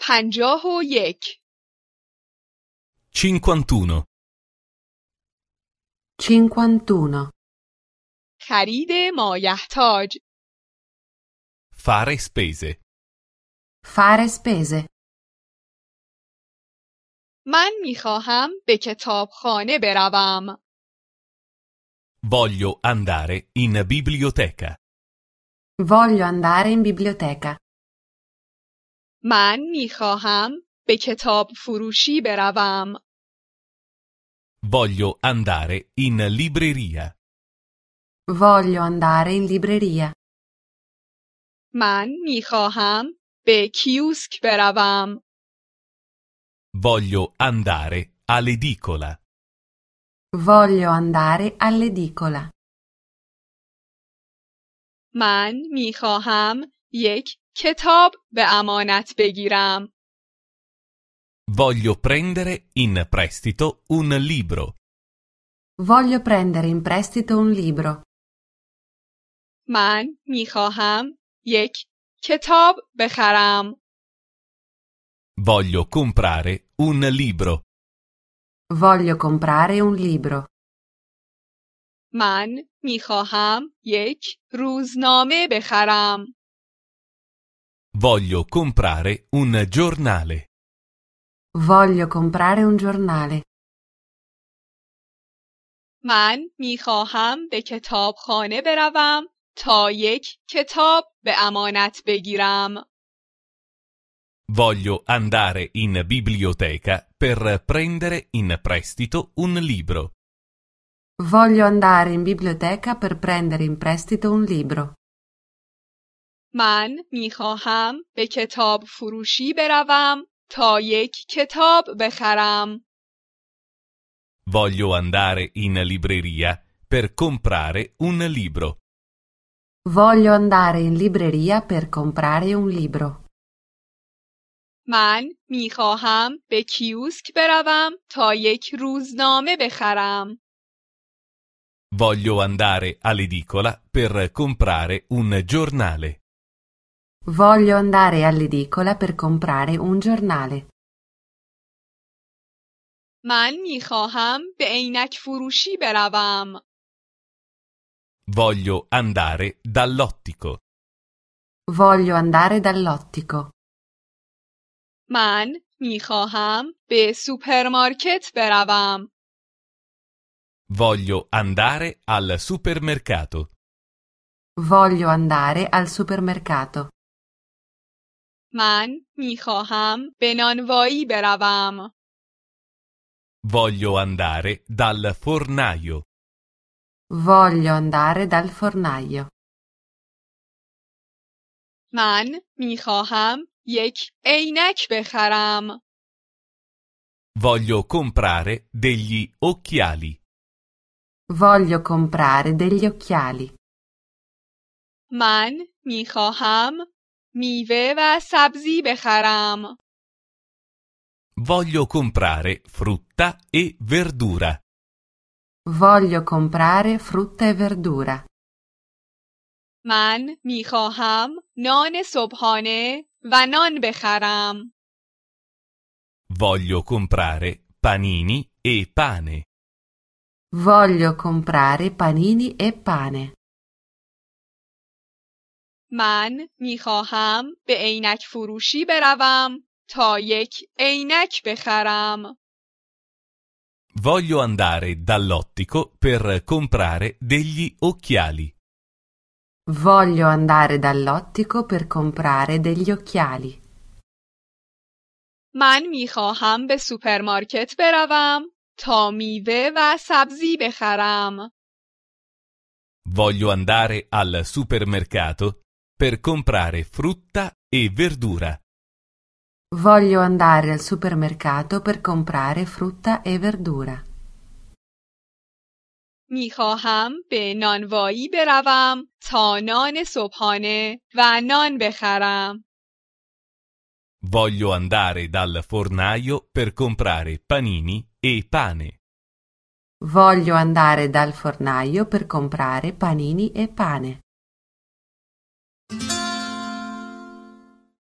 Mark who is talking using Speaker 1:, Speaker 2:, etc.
Speaker 1: پنجاه و یک
Speaker 2: 51.
Speaker 3: 51.
Speaker 1: خرید مایحتاج
Speaker 2: Fare spese.
Speaker 3: Fare spese.
Speaker 1: من میخواهم به کتابخانه بروم.
Speaker 2: Voglio andare in biblioteca.
Speaker 3: Voglio andare in biblioteca.
Speaker 1: من میخواهم به کتاب فروشی بروم.
Speaker 2: Voglio andare in libreria.
Speaker 3: Voglio andare in libreria.
Speaker 1: من میخواهم به کیوسک بروم.
Speaker 2: Voglio andare all'edicola.
Speaker 3: Voglio andare all'edicola.
Speaker 1: من میخواهم یک کتاب به امانت بگیرم.
Speaker 2: Voglio prendere in prestito un libro.
Speaker 3: Voglio prendere in prestito un libro.
Speaker 1: من میخواهم یک کتاب بخرم.
Speaker 2: Voglio comprare un libro.
Speaker 3: Voglio comprare un libro.
Speaker 1: من میخواهم یک روزنامه بخرم.
Speaker 2: Voglio comprare un giornale.
Speaker 3: Voglio comprare un giornale.
Speaker 1: من میخواهم به کتابخانه بروم تا یک کتاب به امانت بگیرم.
Speaker 2: Voglio andare in biblioteca per prendere in prestito un libro.
Speaker 3: Voglio andare in biblioteca per prendere in prestito un libro.
Speaker 1: من میخواهم به کتاب فروشی بروم تا یک کتاب بخرم.
Speaker 2: Voglio andare in libreria per comprare un libro.
Speaker 3: Voglio andare in libreria per comprare un libro.
Speaker 1: من میخواهم به کیوسک بروم تا یک روزنامه بخرم.
Speaker 2: Voglio andare all'edicola per comprare un giornale.
Speaker 3: Voglio andare all'edicola per comprare un giornale.
Speaker 1: من میخواهم به عینک فروشی بروم.
Speaker 2: Voglio andare dall'ottico.
Speaker 3: Voglio andare dall'ottico.
Speaker 1: من میخواهم به سوپرمارکت بروم.
Speaker 2: Voglio andare al supermercato.
Speaker 3: Voglio andare al supermercato.
Speaker 1: من میخواهم به نانوایی بروم.
Speaker 2: Voglio andare dal fornaio.
Speaker 3: Voglio andare dal fornaio.
Speaker 1: من میخواهم یک عینک بخرم.
Speaker 2: Voglio comprare degli occhiali.
Speaker 3: Voglio comprare degli occhiali.
Speaker 1: من میخواهم میوه و سبزی بخرم.
Speaker 2: Voglio comprare frutta e verdura.
Speaker 3: Voglio comprare frutta e verdura.
Speaker 1: من میخواهم نان صبحانه و نان بخرم.
Speaker 2: Voglio comprare panini e pane.
Speaker 3: Voglio comprare panini e pane.
Speaker 1: من میخواهم به عینک فروشی بروم تا یک عینک بخرم.
Speaker 2: Voglio andare dall'ottico per comprare degli occhiali.
Speaker 3: Voglio andare dall'ottico per comprare degli occhiali.
Speaker 1: من میخواهم به سوپرمارکت بروم تا میوه و سبزی بخرم.
Speaker 2: Voglio andare al supermercato per comprare frutta e verdura.
Speaker 3: Voglio andare al supermercato per comprare frutta e verdura.
Speaker 1: میخواهم به نانوایی بروم تا نان صبحانه و نان بخرم.
Speaker 2: Voglio andare dal fornaio per comprare panini e pane.
Speaker 3: Voglio andare dal fornaio per comprare panini e pane.